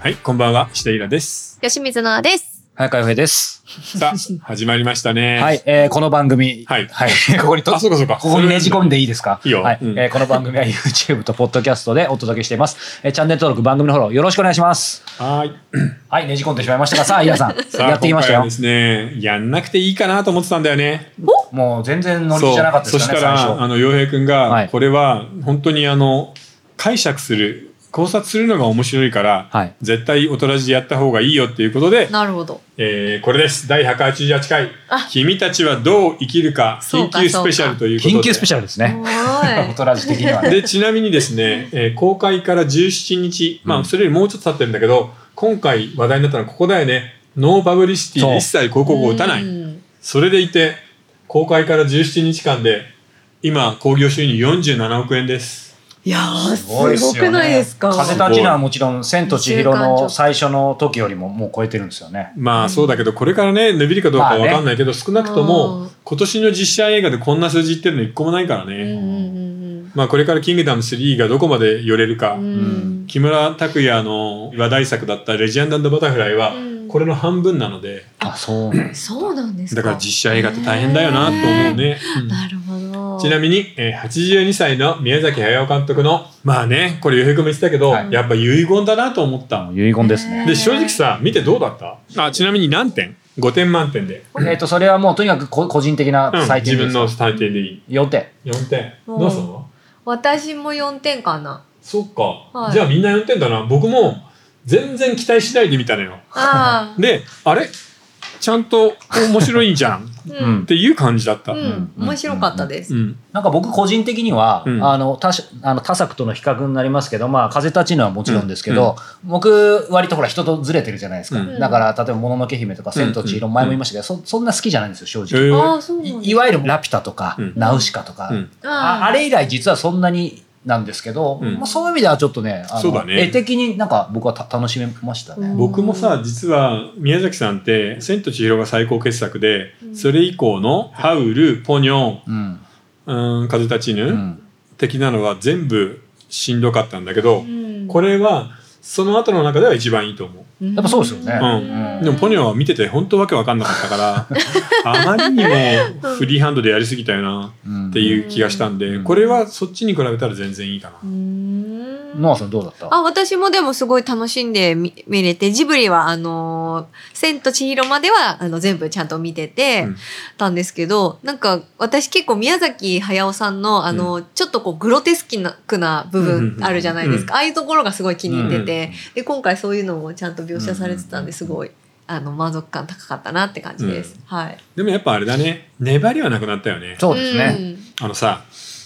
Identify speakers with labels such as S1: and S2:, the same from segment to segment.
S1: はい、こんばんは、下平 です。
S2: 吉水奈々です。
S3: 早川洋平です。
S1: さあ、始まりましたね。
S3: はい、えーこの番組、
S1: はい
S3: ここにと
S1: あ、そうかそうか。
S3: ここにねじ込ん
S1: で。
S3: でいいですか
S1: いいよ
S3: はい
S1: うん
S3: えーこの番組は YouTube と Podcast でお届けしています、えーチャンネル登録、番組のフォローよろしくお願いします。
S1: はい。
S3: はい、ねじ込んでしまいましたが、 さあ、皆さん、
S1: さあ、
S3: やってきました
S1: 今回は
S3: よ
S1: で。すね、やんなくていいかなと思ってたんだよね。
S3: もう全然乗り気じゃなかった
S1: そ
S3: で
S1: うそ
S3: す
S1: し
S3: か
S1: た
S3: ね、最
S1: ら、あ
S3: 初。
S1: の、洋平くん
S3: は
S1: が
S3: い、
S1: これは本当にあの、解釈する、考察するのが面白いから、
S3: はい
S1: 絶対大人じでやった方がいいよっていうことで、
S2: なるほど。
S1: えーこれです。第188回
S2: あ、
S1: 君たちはどう生きるか、
S2: そう
S1: 緊
S2: か
S1: 急スペシャルということで。
S3: 緊急スペシャルですね。 大
S2: す
S3: 人じ的にはね。
S1: でちなみにですね、えー公開から17日、ま
S3: う
S1: あ、
S3: ん
S1: それよりもうちょっと経ってるんだけど今回話題になったのはここだよねノーパブリシティ
S3: そう
S1: で一切広告を打たない
S2: うん
S1: それでいて公開から17日間で今興行収入47億円です
S2: いやー、す
S3: っ
S2: ご
S3: よね
S2: くないですか。
S3: 風立ちぬはもちろん、千と千尋の最初の時よりももう超えてるんですよね。
S1: まあそうだけどこれからね伸びるかどうかは分かんないけど、少なくと
S2: う
S1: も
S2: ん
S1: 今年の実写映画でこんな数字いってるの一個もないからね、
S2: うんうん
S1: まあこれから「キングダム3」がどこまで寄れるか、
S2: うんうん。
S1: 木村拓哉の話題作だった「レジェンドバタフライ」は
S2: うん
S1: これの半分なので、
S3: あ、そうなんで
S2: うん。
S3: す。
S2: そうなんですか。
S1: だから実写映画って大変だよなと思うね。
S2: へー。なるほ
S1: う
S2: ど。
S1: んちな
S2: み
S1: みに、えー82歳の宮崎駿監督の、まあね、これ、ゆうへいくんも言ってたけど、
S3: はい
S1: やっぱ遺言だなと思った。
S3: 遺言ですね。
S1: で、正直さ、見てどうだったあちなみに何点 ?5 点満点で。
S3: えっと、それはもうとにかくこ個人的な
S1: うん、
S3: 採
S1: 自
S3: 点で
S1: 分
S3: す
S1: の採点でいい。
S3: 4点。
S1: 4点。
S2: うん
S1: どうすんの
S2: 私も四点かな。
S1: そっか、
S2: はい
S1: じゃあみんな4点だな。僕も全然期待しないで見たのよ。
S2: ああ。
S1: で、あれちゃんと面白いんじゃんっ
S2: う
S3: うん
S2: ん。
S1: ていう感じだった。
S2: う
S1: うん
S2: ん。面白かったです。
S3: なんか僕個人的には、
S1: うん
S3: あの他しあの他作との比較になりますけど、まあ、風立ちぬはもちろんですけど、僕割とほら人とずれてるじゃないですか、
S1: うん
S3: だから例えば「もののけ姫」とか「千と千尋」
S1: うん
S3: 前も言いましたけど、そそんな好きじゃないんですよ正
S1: へ
S3: 直、
S1: ー
S2: ああ、そうなん
S3: いいわゆる「ラピュタ」とか「
S1: うん
S3: ナウシカ」とか、
S1: うん
S3: ああ
S2: れ
S3: れ以来実はそんなになんですけど、
S1: うん
S3: まあ、そういう意味ではちょっとねあ
S1: そうだ
S3: の
S1: ね
S3: 絵的になんか僕はた楽しめましたね、
S1: 僕もさ実は宮崎さんって「千と千尋」が最高傑作で、
S2: うん
S1: それ以降の「ハウル」「ポニョン
S3: うん」
S1: うん「風立ち
S3: う
S1: ぬ
S3: ん」
S1: 的なのは全部しんどかったんだけど、これ
S2: れ、
S1: はその後の中では一番いいと思う
S2: や
S3: やっぱそうですよねうん
S1: でもポニョ
S2: ン。
S1: ンは見てて本当わけわかんなかった からあまりにもフリーハンドでやりすぎたよな
S3: うん
S1: っていう気がしたんで、
S3: うん
S1: これはそっちに比べたら全然いいかな、
S2: うん
S3: ノアさんどうだった
S2: あ、私もでもすごい楽しんで見見れて、ジブリはあのー千と千尋まではあの全部ちゃんと見てて、
S1: うん
S2: たんですけど、なんか私結構宮崎駿さんのあの、ちょっとこうグロテスキなくな部
S1: うんうんうんう
S2: 分
S1: ん
S2: あるじゃないですか。ああいうところがすごい気に入ってて、
S3: うん
S2: で、今回そういうのもちゃんと描写されてたんで、
S3: うん
S2: すごい、あの、満足感高かったなって感じです。
S1: う
S2: はい。
S1: でもやっぱあれだね粘りはなくなったよね
S3: そうですね、
S1: あのさ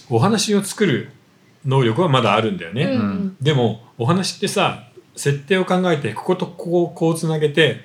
S1: お話を作る能力はまだあるんだよね、
S2: うん。うん
S1: でもお話ってさ設定を考えてこことここをこうつなげて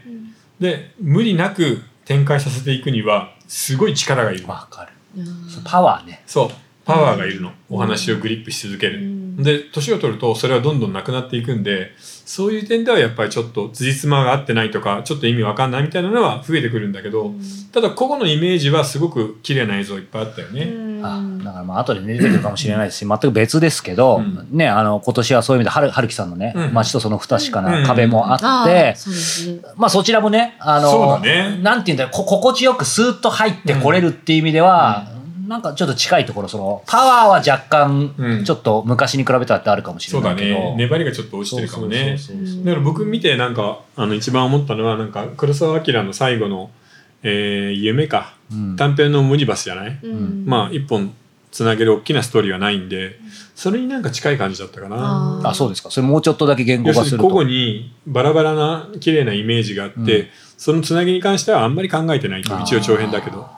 S1: で無理なく展開させていくにはすごい力がいる
S3: わか
S2: う
S3: る
S2: ん
S3: パワーね
S1: そうパワーがいるの、お話をグリップし続け
S2: う
S1: る、
S2: ん
S1: で年を取るとそれはどんどんなくなっていくんでそういう点ではやっぱりちょっと辻褄が合ってないとかちょっと意味わかんないみたいなのは増えてくるんだけどただ個々のイメージはすごく綺麗な映像いっぱいあったよね、
S2: うん
S3: あだからまあ後で出てくるかもしれないですし全く別ですけど、
S1: うん
S3: ねあの今年はそういう意味ではる春樹さんのね、
S1: うん
S3: 街とその不確か
S1: うん
S3: な壁もあって
S2: ー、そうですね。
S3: まあそちらもねあ
S1: そうだ
S3: の
S1: ね
S3: なんていうんだろうこ心地よくスーッと入ってこれるっていう意味では、なんかちょっと近いところそのパワーは若干、
S1: うん
S3: ちょっと昔に比べたらってあるかもし
S1: そ
S3: れ
S1: う
S3: な
S1: だ
S3: いけど
S1: ね粘りがちょっと落ちてるかもね
S3: そうそうそうそう
S1: だから僕見てなんかあの一番思ったのはなんか黒澤明の最後の、えー夢か
S3: うん
S1: 短編のムニバスじゃない、
S2: うん
S1: まあ一本つなげる大きなストーリーはないんでそれになんか近い感じだったかな。
S2: あー
S3: あそうですかそれもうちょっとだけ言語
S1: 要す
S3: 化
S1: る
S3: す
S1: に
S3: る
S1: 個々
S3: と
S1: にバラバラな綺麗なイメージがあって、
S3: うん
S1: そのつなぎに関してはあんまり考えてないと
S3: あー
S1: 一応長編だけど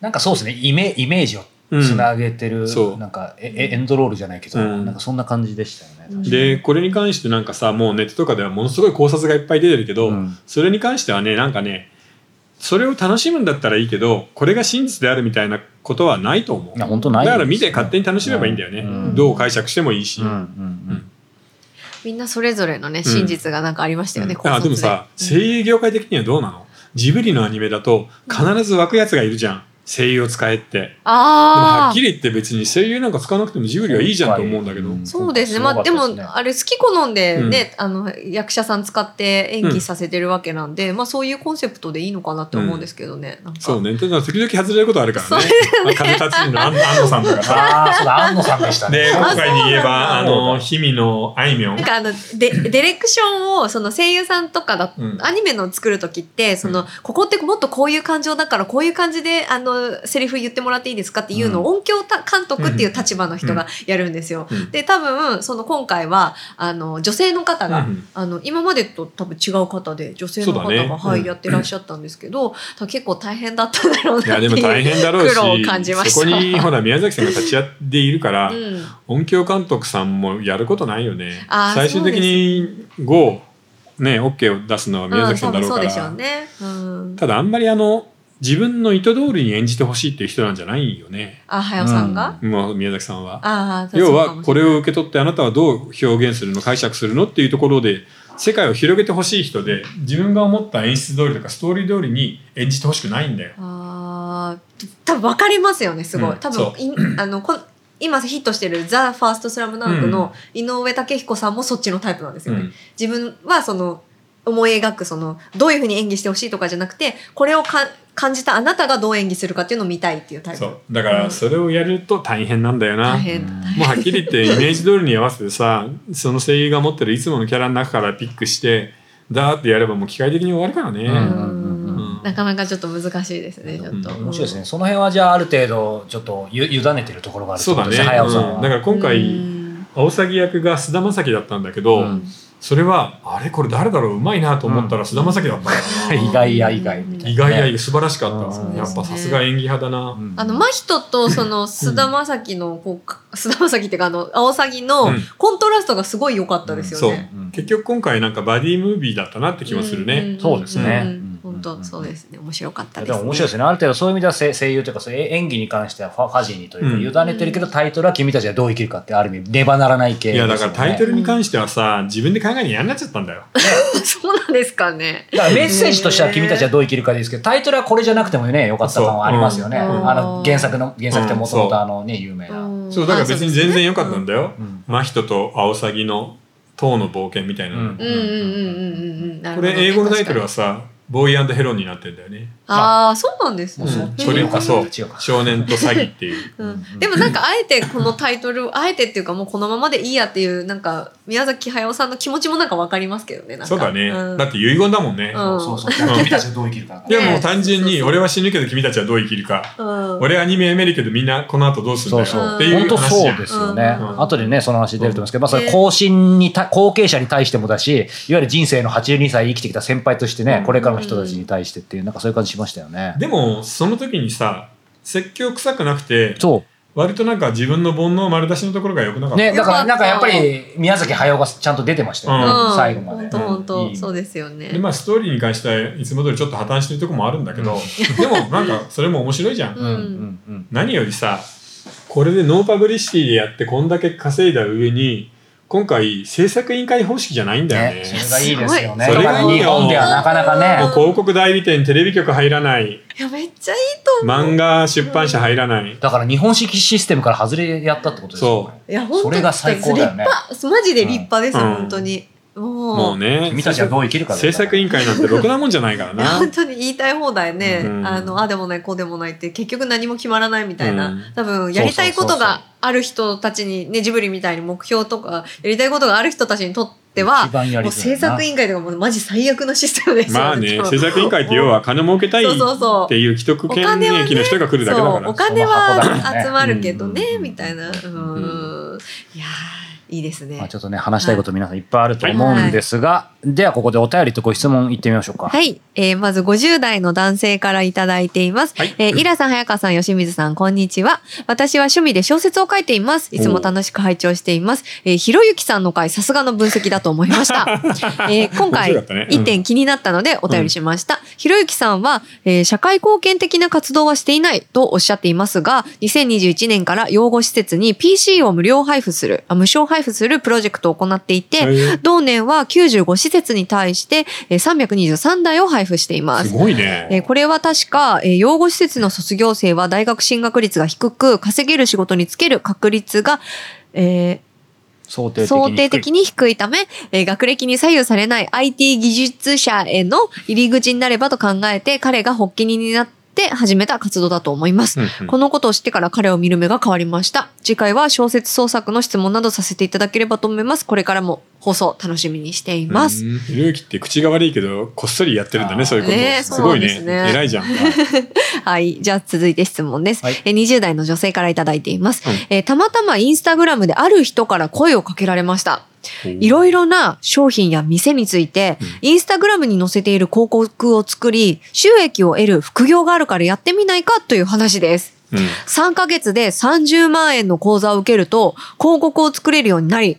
S3: なんかそうですねイメイメージをつなげてる、
S1: そう
S3: なんかええエンドロールじゃないけど、
S1: うん
S3: なんかそんな感じでしたよ
S2: う
S3: ね。
S2: ん
S1: でこれに関してなんかさもうネットとかではものすごい考察がいっぱい出てるけど、
S3: うん
S1: それに関してはねなんかねそれを楽しむんだったらいいけどこれが真実であるみたいなことはないと思う
S3: いや本当ない
S1: だから
S3: です
S1: 見て勝手に楽しめばいいんだよね、
S3: うん
S1: どう解釈してもいいし、
S3: うんうん
S1: うん
S2: みんなそれぞれのね、真実がなんかありましたよね、考
S1: あ
S2: 察
S1: でもさ声優業界的にはどうなのジブリのアニメだと必ず湧くやつがいるじゃん、声優を使えって。でもは
S2: あ
S1: っきり言って別に声優なんか使わなくてもジブリはいいじゃんと思うんだけど。
S3: うん
S2: そうですね。
S3: 今
S2: まあ
S3: 回
S2: です
S3: ごか
S2: も
S3: ったすね、
S2: あれ好き好んでね、あの、役者さん使って演技させてるわけなんで、まあそういうコンセプトでいいのかなって思うんですけどね。なんか
S1: そうね。ただ時々外れることあるからね。まあ風立ちぬの安安野さんだ から。
S3: ああ、そうだ、安野さんでしたね。
S1: で、今回で言えば、あ
S3: あそうなんだ
S1: の、氷見のあいみょん
S2: なん。かあのデディレクションをその声優さんとかだ、
S1: うん
S2: アニメの作る時ってその、
S1: うん
S2: ここってもっとこういう感情だからこういう感じであのセリフ言ってもらっていいですかっていうのを音響た監督っていう立場の人がやるんですよ。
S1: うん
S2: で多分その今回はあの女性の方
S1: う
S2: が、
S1: ん
S2: あの今までと多分違う方で女性の方
S1: そ
S2: が、
S1: うだね
S2: はい
S1: うん
S2: やってらっしゃったんですけど多分結構大変だったんだろうなっ
S1: い
S2: ていう。
S1: や、でも大変だろう
S2: 苦労を感じま
S1: し、
S2: し
S1: そ
S2: た
S1: こに、ほら、宮崎さんが立ち会っているから、
S2: うん
S1: 音響監督さんもやることないよね。
S2: あー
S1: 最終的に5、ね、OK を出すのは宮崎さんだろうか
S2: うん多分そうでしょ
S1: ら。
S2: うね。うん、
S1: ただ、あんまりあの、自分の意図通りに演じてほしいっていう人なんじゃないよね。
S2: あはやさんが、
S3: うん
S1: もう宮崎さんは。
S2: ああ
S1: 要はこれを受け取ってあなたはどう表現するの解釈するのっていうところで世界を広げてほしい人で自分が思った演出通りとかストーリー通りに演じてほしくないんだよ。
S2: あー多分分かりますよねすごい、
S1: うん
S2: 多
S1: そ
S2: 分い あのこ今ヒットしてる「ザ・ファーストスラムダンクの井上武彦さんもそっちのタイプなんです
S1: う
S2: よね、
S1: ん
S2: 自分はその思い描くそのどういうふうに演技してほしいとかじゃなくてこれをか感じたあなたがどう演技するかっていうのを見たいっていうタイプ
S1: そう だからそれをやると大変なんだよな。
S2: 大
S1: も
S2: 変、
S1: うはっきり言ってイメージ通りに合わせてさ その声優が持ってるいつものキャラの中からピックしてダーってやればもう機械的に終わるからね。
S2: う
S3: う
S2: ん
S3: ん
S1: うん
S2: なかなかちょっと難しいですねちょっと、
S1: うん
S3: 面白いですね。その辺はじゃあある程度ちょっとゆ委ねてるところがあるって
S1: そう
S3: こ
S1: だ
S3: と
S1: ね、
S3: ですね。早尾さん
S1: うんだ
S3: は。
S1: から今回青崎役が菅田将暉だったんだけど、
S3: うん
S1: それはあれこれ誰だろううまいなと思ったら菅田将暉だったんだよな
S3: 意外や意外みたいなね。
S1: 意外や意外素晴らしかった、
S3: うん
S1: やっぱさすが演技派だな、
S3: うん
S2: あの、真人とその菅田将暉の、こうか、菅田将暉っていうかあの、青サギの
S1: うん
S2: コントラストがすごい良かったですよ
S1: そう
S2: ね。
S3: うん
S1: 結局今回なんかバディムービーだったなって気もするね、
S2: んんん
S3: そうですね
S2: うん
S3: うん
S2: 本当そうですね。面白かった
S3: いや
S2: です、
S3: で
S2: ね。
S3: も面白いですね。ある程度そういう意味ではせ声優というかそうえ演技に関してはファファジーにというか、
S2: うん
S3: 委ねてるけどタイトルは君たちはどう生きるかってある意味、ねばならない系
S1: い
S3: です
S1: や
S3: よね。
S1: だからタイトルに関してはさ自分で考えにやんなっちゃったんだよ、
S2: そうなんですかね。
S3: だからメッセージとしては君たちはどう生きるかですけど、タイトルはこれじゃなくてもね、良かった感はありますよね。
S2: そううん
S3: あの原作の、原作ってもともとあのね、有名な。
S2: ん
S1: そうだから別に全然良かったんだよ、
S3: うん
S1: 真人と青サギの「塔の冒険」みたいな、
S3: うん
S2: うんうんうんうんうんうんなる
S1: こ
S2: ほどね。
S1: れ英語のタイトル
S2: 確か
S1: はさ「ボーイヘロン」になってんだよね、
S2: にああ、そうなんです
S3: も
S1: う
S3: うそ
S2: ね。
S3: っ
S1: ん、
S3: ち
S1: それ
S3: の
S1: こ
S3: 方
S1: そ
S3: が違うか
S1: 少年と詐欺っていう
S2: う
S3: うんうん
S2: ん、でもなんかあえてこのタイトルをあえてっていうかもうこのままでいいやっていうなんか宮崎駿さんの気持ちもなんかわかりますけどねなんか
S1: そうだね、
S2: ん
S1: だって遺言だもんね、
S2: うん
S3: そうそうそう。君たちはどう生きるかだから。
S1: でももう単純
S2: ね
S1: に俺は死ぬけど君たちはどう生きるか
S2: うん、
S1: 俺アニメやめるけどみんなこの後どうするんだよ
S3: そう
S2: そう
S1: っていう
S3: 本当
S1: 話じ
S3: そ
S1: ゃ
S3: うんですよね。
S1: うん
S3: 後でね、その話出ると思うんですけど、まあそれ
S2: ね
S3: 後進にた、後継者に対してもだし、いわゆる人生の82歳生きてきた先輩としてね、これからの人たちに対してっていう、なんかそういう感じしましたよね。
S1: でもその時にさ説教臭くなくて
S3: そ
S1: 割となんか自分の煩悩丸出しのところが良くなか
S3: う。
S1: った、
S3: ね、だか
S2: よからった
S3: なんかやっぱり宮崎駿がちゃんと出てましたよね、
S1: うん
S3: 最後まで
S2: 本。当本
S3: う
S2: 当
S3: んいい
S2: そうですよね
S1: でまあストーリーに関してはいつも通りちょっと破綻してるとこもあるんだけど、 でもなんかそれも面白いじゃん、
S2: うん
S3: うんうんうん。
S1: 何よりさこれでノーパブリシティでやってこんだけ稼いだ上に今回制作委員会方式じゃないんだよね
S3: ね、それがいいですよね。
S1: すごい
S3: だから
S1: それがいい
S3: 日
S1: よ
S3: 本ではなかなか
S1: もう
S3: ね、
S1: 広告代理店テレビ局入らない
S2: いやめっちゃいいと思う、
S1: 漫画出版社入らない、
S3: だから日本式システムから外れやったってことですよね。
S2: いや本当
S3: それが最高だよね
S2: 立派マジで立派です、
S1: うん
S2: 本当にもう
S1: もうね
S3: 君たちはどう生きるかだよ
S1: 制作委員会なんてろくなもんじゃないから
S2: いや
S1: な
S2: 本当に言いたい放題ね、
S1: うん
S2: あのあでもないこうでもないって結局何も決まらないみたいな、
S1: うん
S2: 多分やりたいことがある人たちにねジブリみたいに目標とかやりたいことがある人たちにとっては
S3: 一番や
S2: も
S3: りづらいな
S2: う制作委員会とかもうマジ最悪のシステムですよ
S1: ま あね
S2: 多分
S1: 制作委員会って要は金儲けたいっ
S2: そうそうそう
S1: ていう既得権
S2: お金はね
S1: 益の人が来るだけだか
S2: そうお
S1: ら
S2: 金
S3: その箱だか
S2: は
S3: らね
S2: 集まるけどね、
S1: うん
S2: みたいな、うんいやーいいですね
S3: まあ、ちょっとね、話したいこと皆さんいっぱいあると思うんですが、ではここでお便りとご質問いってみましょうか。
S2: はい。えーまず50代の男性からいただいています。
S1: はい
S2: えーイラさん、早川さん、吉水さん、こんにちは。私は趣味で小説を書いています。いつも楽しく拝聴しています。えーひろゆきさんの回、さすがの分析だと思いました。 えー今
S1: 面
S2: 回、
S1: 白かったねうん
S2: 一点気になったのでお便りしました。ひろゆきさんは、えー社会貢献的な活動はしていないとおっしゃっていますが、2021年から養護施設に PC を無料配布する、あ無償配布するプロジェクトを行っていて、
S1: へー
S2: 同年は95施節に対して、えー323台を配布しています
S1: す。ごい
S2: えー
S1: ね。
S2: これは確か、えー養護施設の卒業生は大学進学率が低く、稼げる仕事に就ける確率が、え
S3: 想定
S2: ー
S3: 的
S2: 想定的に
S3: に低い
S2: 低いため、えー学歴に左右されない IT 技術者への入り口になればと考えて、彼が発起人になって始めた活動だと思います。
S1: うんうん
S2: このことを知ってから彼を見る目が変わりました。次回は小説創作の質問などさせていただければと思います。これからも放送楽しみにしています。
S1: うんひろゆきって口が悪いけど、こっそりやってるんだ
S3: あ
S1: ね、
S3: ー
S1: そういうこと。
S2: ねえ
S1: すごいね
S2: そうなんですね
S1: 偉い じゃん。
S2: はい。じゃあ続いて質問です。
S3: はい
S2: えー20代の女性からいただいています。
S1: うん
S2: えーたまたまインスタグラムである人から声をかけられました。いろいろな商品や店について、インスタグラムに載せている広告を作り、収益を得る副業があるからやってみないかという話です。
S1: うん
S2: 3ヶ月で30万円の講座を受けると、広告を作れるようになり、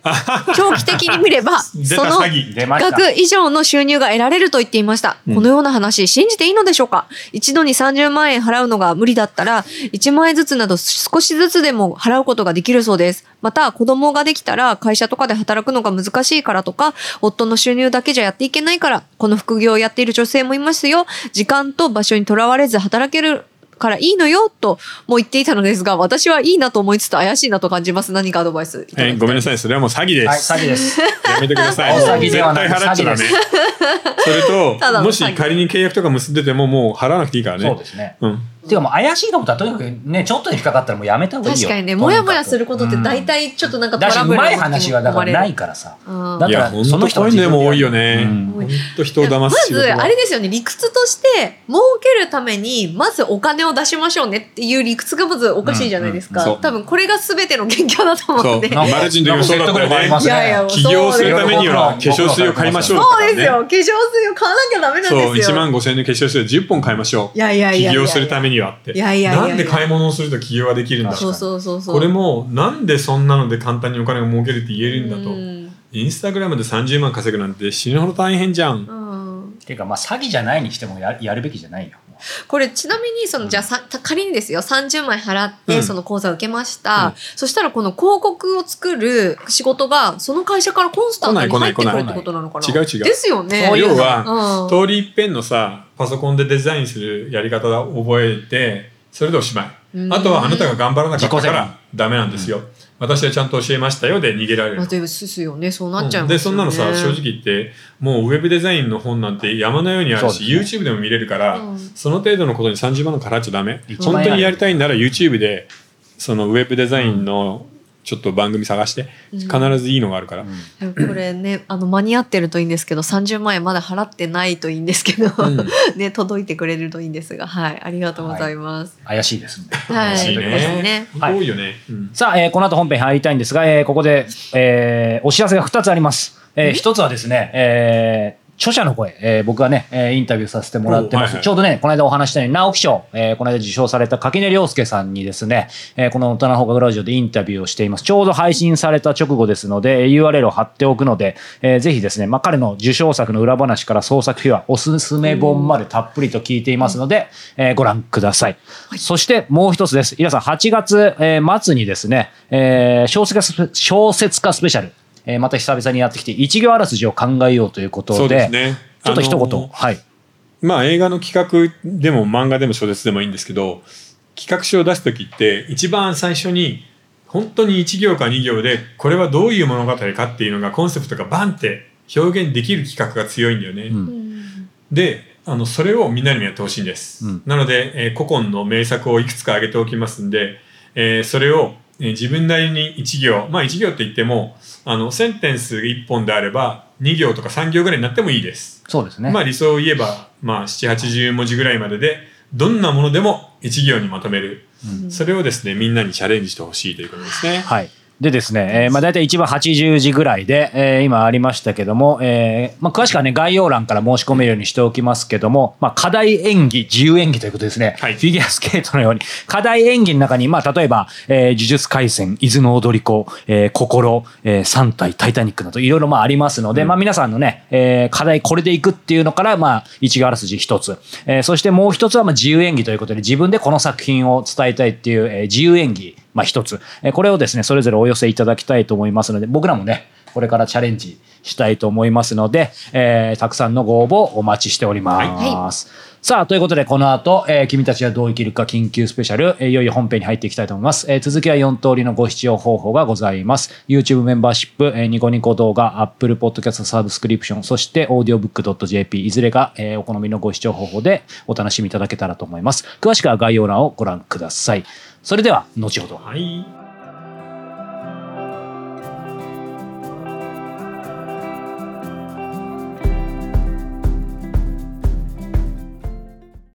S2: 長期的に見れば、
S1: 出
S2: そ
S1: た
S2: の
S1: 詐欺。
S3: 出ました
S2: 額以上の収入が得られると言っていました。
S1: うん
S2: このような話、信じていいのでしょうか一度に30万円払うのが無理だったら、1万円ずつなど少しずつでも払うことができるそうです。また、子供ができたら会社とかで働くのが難しいからとか、夫の収入だけじゃやっていけないから、この副業をやっている女性もいますよ。時間と場所にとらわれず働ける。からいいのよとも言っていたのですが、私はいいなと思いつつ怪しいなと感じます。何かアドバイスいただきた
S1: え
S2: いです
S1: ごめんなさい、それはもう詐欺で
S3: はい、
S1: す。
S3: 詐欺です。
S1: やめてください。
S3: お
S1: もう
S3: 詐欺
S1: 絶
S3: ではな
S1: 対
S3: い
S1: 払っちゃダメ
S3: 詐欺。
S1: それ
S2: た
S1: と、
S2: だの
S1: も
S2: 詐
S1: し
S2: 欺
S1: 仮に契約とか結んでても、もう払わなくていいからね。
S3: そうですね。
S1: うん。
S3: っていうかもう怪しいと思ったらとにかくね、ちょっとで引っかかったらもうやめた方がいい
S2: 確
S3: よ。
S2: かにね、
S3: と
S2: も
S3: に
S2: や
S3: かく
S2: もやすることって大体ちょっとなんかト
S3: だし、
S2: ラ
S3: う
S2: ブル
S3: まい話はだからない
S2: か
S3: からさ。
S2: うん
S3: だ
S1: い
S3: か
S1: や、
S3: ら
S1: 本
S3: その
S1: 当
S3: 人
S1: こうい
S3: の
S1: う
S3: 自
S1: の
S3: 分
S1: も多いよ
S3: う
S1: ね。
S3: ん
S1: 本当人を騙す仕
S2: ま
S1: 事
S2: ず、あ
S1: は
S2: れ。ですよね、理屈として、儲けるために、まずお金を出しましょうねっていう理屈がまずおかしいじゃないです
S1: う
S2: か。
S1: んうんうんそう
S2: 多分これが全ての元凶だと思うんで。
S1: そうマルチンというそうだったよね
S3: なんか説得力あります
S2: いやいや
S3: ね
S2: もう。
S1: 起業するためには化
S3: そうです
S1: 粧水を買いましょうと
S2: そ
S1: かね。
S2: うですよ、化粧水を買わなきゃダメなん
S1: そう、
S2: です
S1: 1
S2: よ。
S1: 万5千円の化粧水を10本買いましょ
S2: いやいや
S1: う。
S2: い
S1: 起
S2: やいや。
S1: 業するためにはって。
S2: いやいやいやいや
S1: なんで買い物をすると起業ができるんだ
S3: 確か
S2: そ
S3: に
S2: うそうそうそう。
S1: これも、なんでそんなので簡単にお金が儲けるって言えるんだ
S2: う
S1: と。
S2: ん
S1: インスタグラムで30万稼ぐなんて死ぬほど大変じゃん。
S2: うん
S3: っていうか、まあ詐欺じゃないにしてもややるべきじゃないよ。
S2: これちなみにそのじゃあさ仮にですよ30枚払っ
S1: う
S2: て
S1: ん
S2: その講座を受けました、
S1: うん
S2: そしたらこの広告を作る仕事がその会社からコンスタントに
S1: 来な
S2: 入っ
S1: い
S2: て
S1: 来
S2: く
S1: ない
S2: るってことなのかな
S1: 違う違う
S2: ですよね
S3: そういう
S1: 要
S3: の
S1: は、
S2: うん
S1: 通り一遍のさパソコンでデザインするやり方を覚えてそれでおしま
S2: う
S1: い
S2: ん
S1: あとはあなたが頑張らなかったか
S3: 自己責
S1: らダメなんですよ、私はちゃんと教えましたよで逃げられる、
S2: まあ、ですよねそうなっちゃい
S1: うん
S2: ますよね、
S1: でそんなのさ正直言ってもうウェブデザインの本なんて山のようにあるし、
S3: そうで
S1: YouTube でも見れるから、
S2: うん
S1: その程度のことに30万の払っちゃダメ
S3: 一番
S1: 本当
S3: 偉
S1: に
S3: い
S1: やりたいなら YouTube でそのウェブデザインのちょっと番組探して、
S2: うん
S1: 必ずいいのがあるから、
S2: でもこれねあの間に合ってるといいんですけど30万円まだ払ってないといいんですけど、
S1: うん
S2: ね届いてくれるといいんですがはいありがとうございます。
S3: 怪しいですんで。
S2: はい
S1: 嬉
S3: 怪
S1: し
S3: し
S1: い
S3: い
S1: ね
S3: というこ
S2: そう
S3: とで
S2: ですね
S1: 本当多いよね、うん
S3: さあ、えーこの後本編入りたいんですが、えーここで、えーお知らせが2つあります。え1つはですね、えー著者の声、えー僕がね、えーインタビューさせてもらって
S1: お
S3: ます。
S1: はいはい
S3: ちょうどね、この間お話ししたように、直木賞、えーこの間受賞された垣根良介さんにですね、えーこの大人の放課後ラジオでインタビューをしています。ちょうど配信された直後ですので、えー URL を貼っておくので、えーぜひですね、まあ、彼の受賞作の裏話から創作秘話、おすすめ本までたっぷりと聞いていますので、えーご覧ください。そしてもう一つです。皆さん、8月、えー末にですね、えー小説家スペ小説家スペシャル、えーまた久々にやってきて、一行あらすじを考えようということで、
S1: そうですね
S3: ちょっと一
S1: あ
S3: 言、
S1: の
S3: はい。
S1: まあ映画の企画でも漫画でも小説でもいいんですけど企画書を出す時って一番最初に本当に1行か2行でこれはどういう物語かっていうのがコンセプトがバンって表現できる企画が強いんだよね。
S3: うん
S2: うん
S1: であのそれをみんなにもやってほしいんです、
S3: うん
S1: なので、えー古今の名作をいくつか挙げておきますんで、えーそれを、えー自分なりに1行まあ1行って言ってもあのセンテンス1本であれば2行とか3行ぐらいになってもいいです
S3: そうですね。
S1: まあ理想を言えば、まあ、780文字ぐらいまででどんなものでも1行にまとめる、
S2: うん
S1: それをですねみんなにチャレンジしてほしいということですね。
S3: はい。でですね、えーまあ、大体一番80時ぐらいで、えー今ありましたけども、えーまあ、詳しくはね、概要欄から申し込めるようにしておきますけども、まあ、課題演技、自由演技ということですね。
S1: はい
S3: フィギュアスケートのように、課題演技の中に、まあ、例えば、えー呪術廻戦、伊豆の踊り子、えー心、えー三体、タイタニックなど、いろいろまあありますので、まあ、皆さんのね、えー課題これでいくっていうのから、まあ、一行あらすじ一つ。えーそしてもう一つは、まあ、自由演技ということで、自分でこの作品を伝えたいっていう、えー自由演技、まあ、一つ、えーこれをですね、それぞれお寄せいただきたいと思いますので、僕らもね、これからチャレンジしたいと思いますので、えーたくさんのご応募お待ちしております。さあ、ということで、この後、えー君たちはどう生きるか緊急スペシャル、えーいよいよ本編に入っていきたいと思います。えー続きは4通りのご視聴方法がございます。YouTube メンバーシップ、えーニコニコ動画、Apple Podcast サブスクリプション、そして audiobook.jp、いずれが、えーお好みのご視聴方法でお楽しみいただけたらと思います。詳しくは概要欄をご覧ください。それでは、後ほど。
S1: はい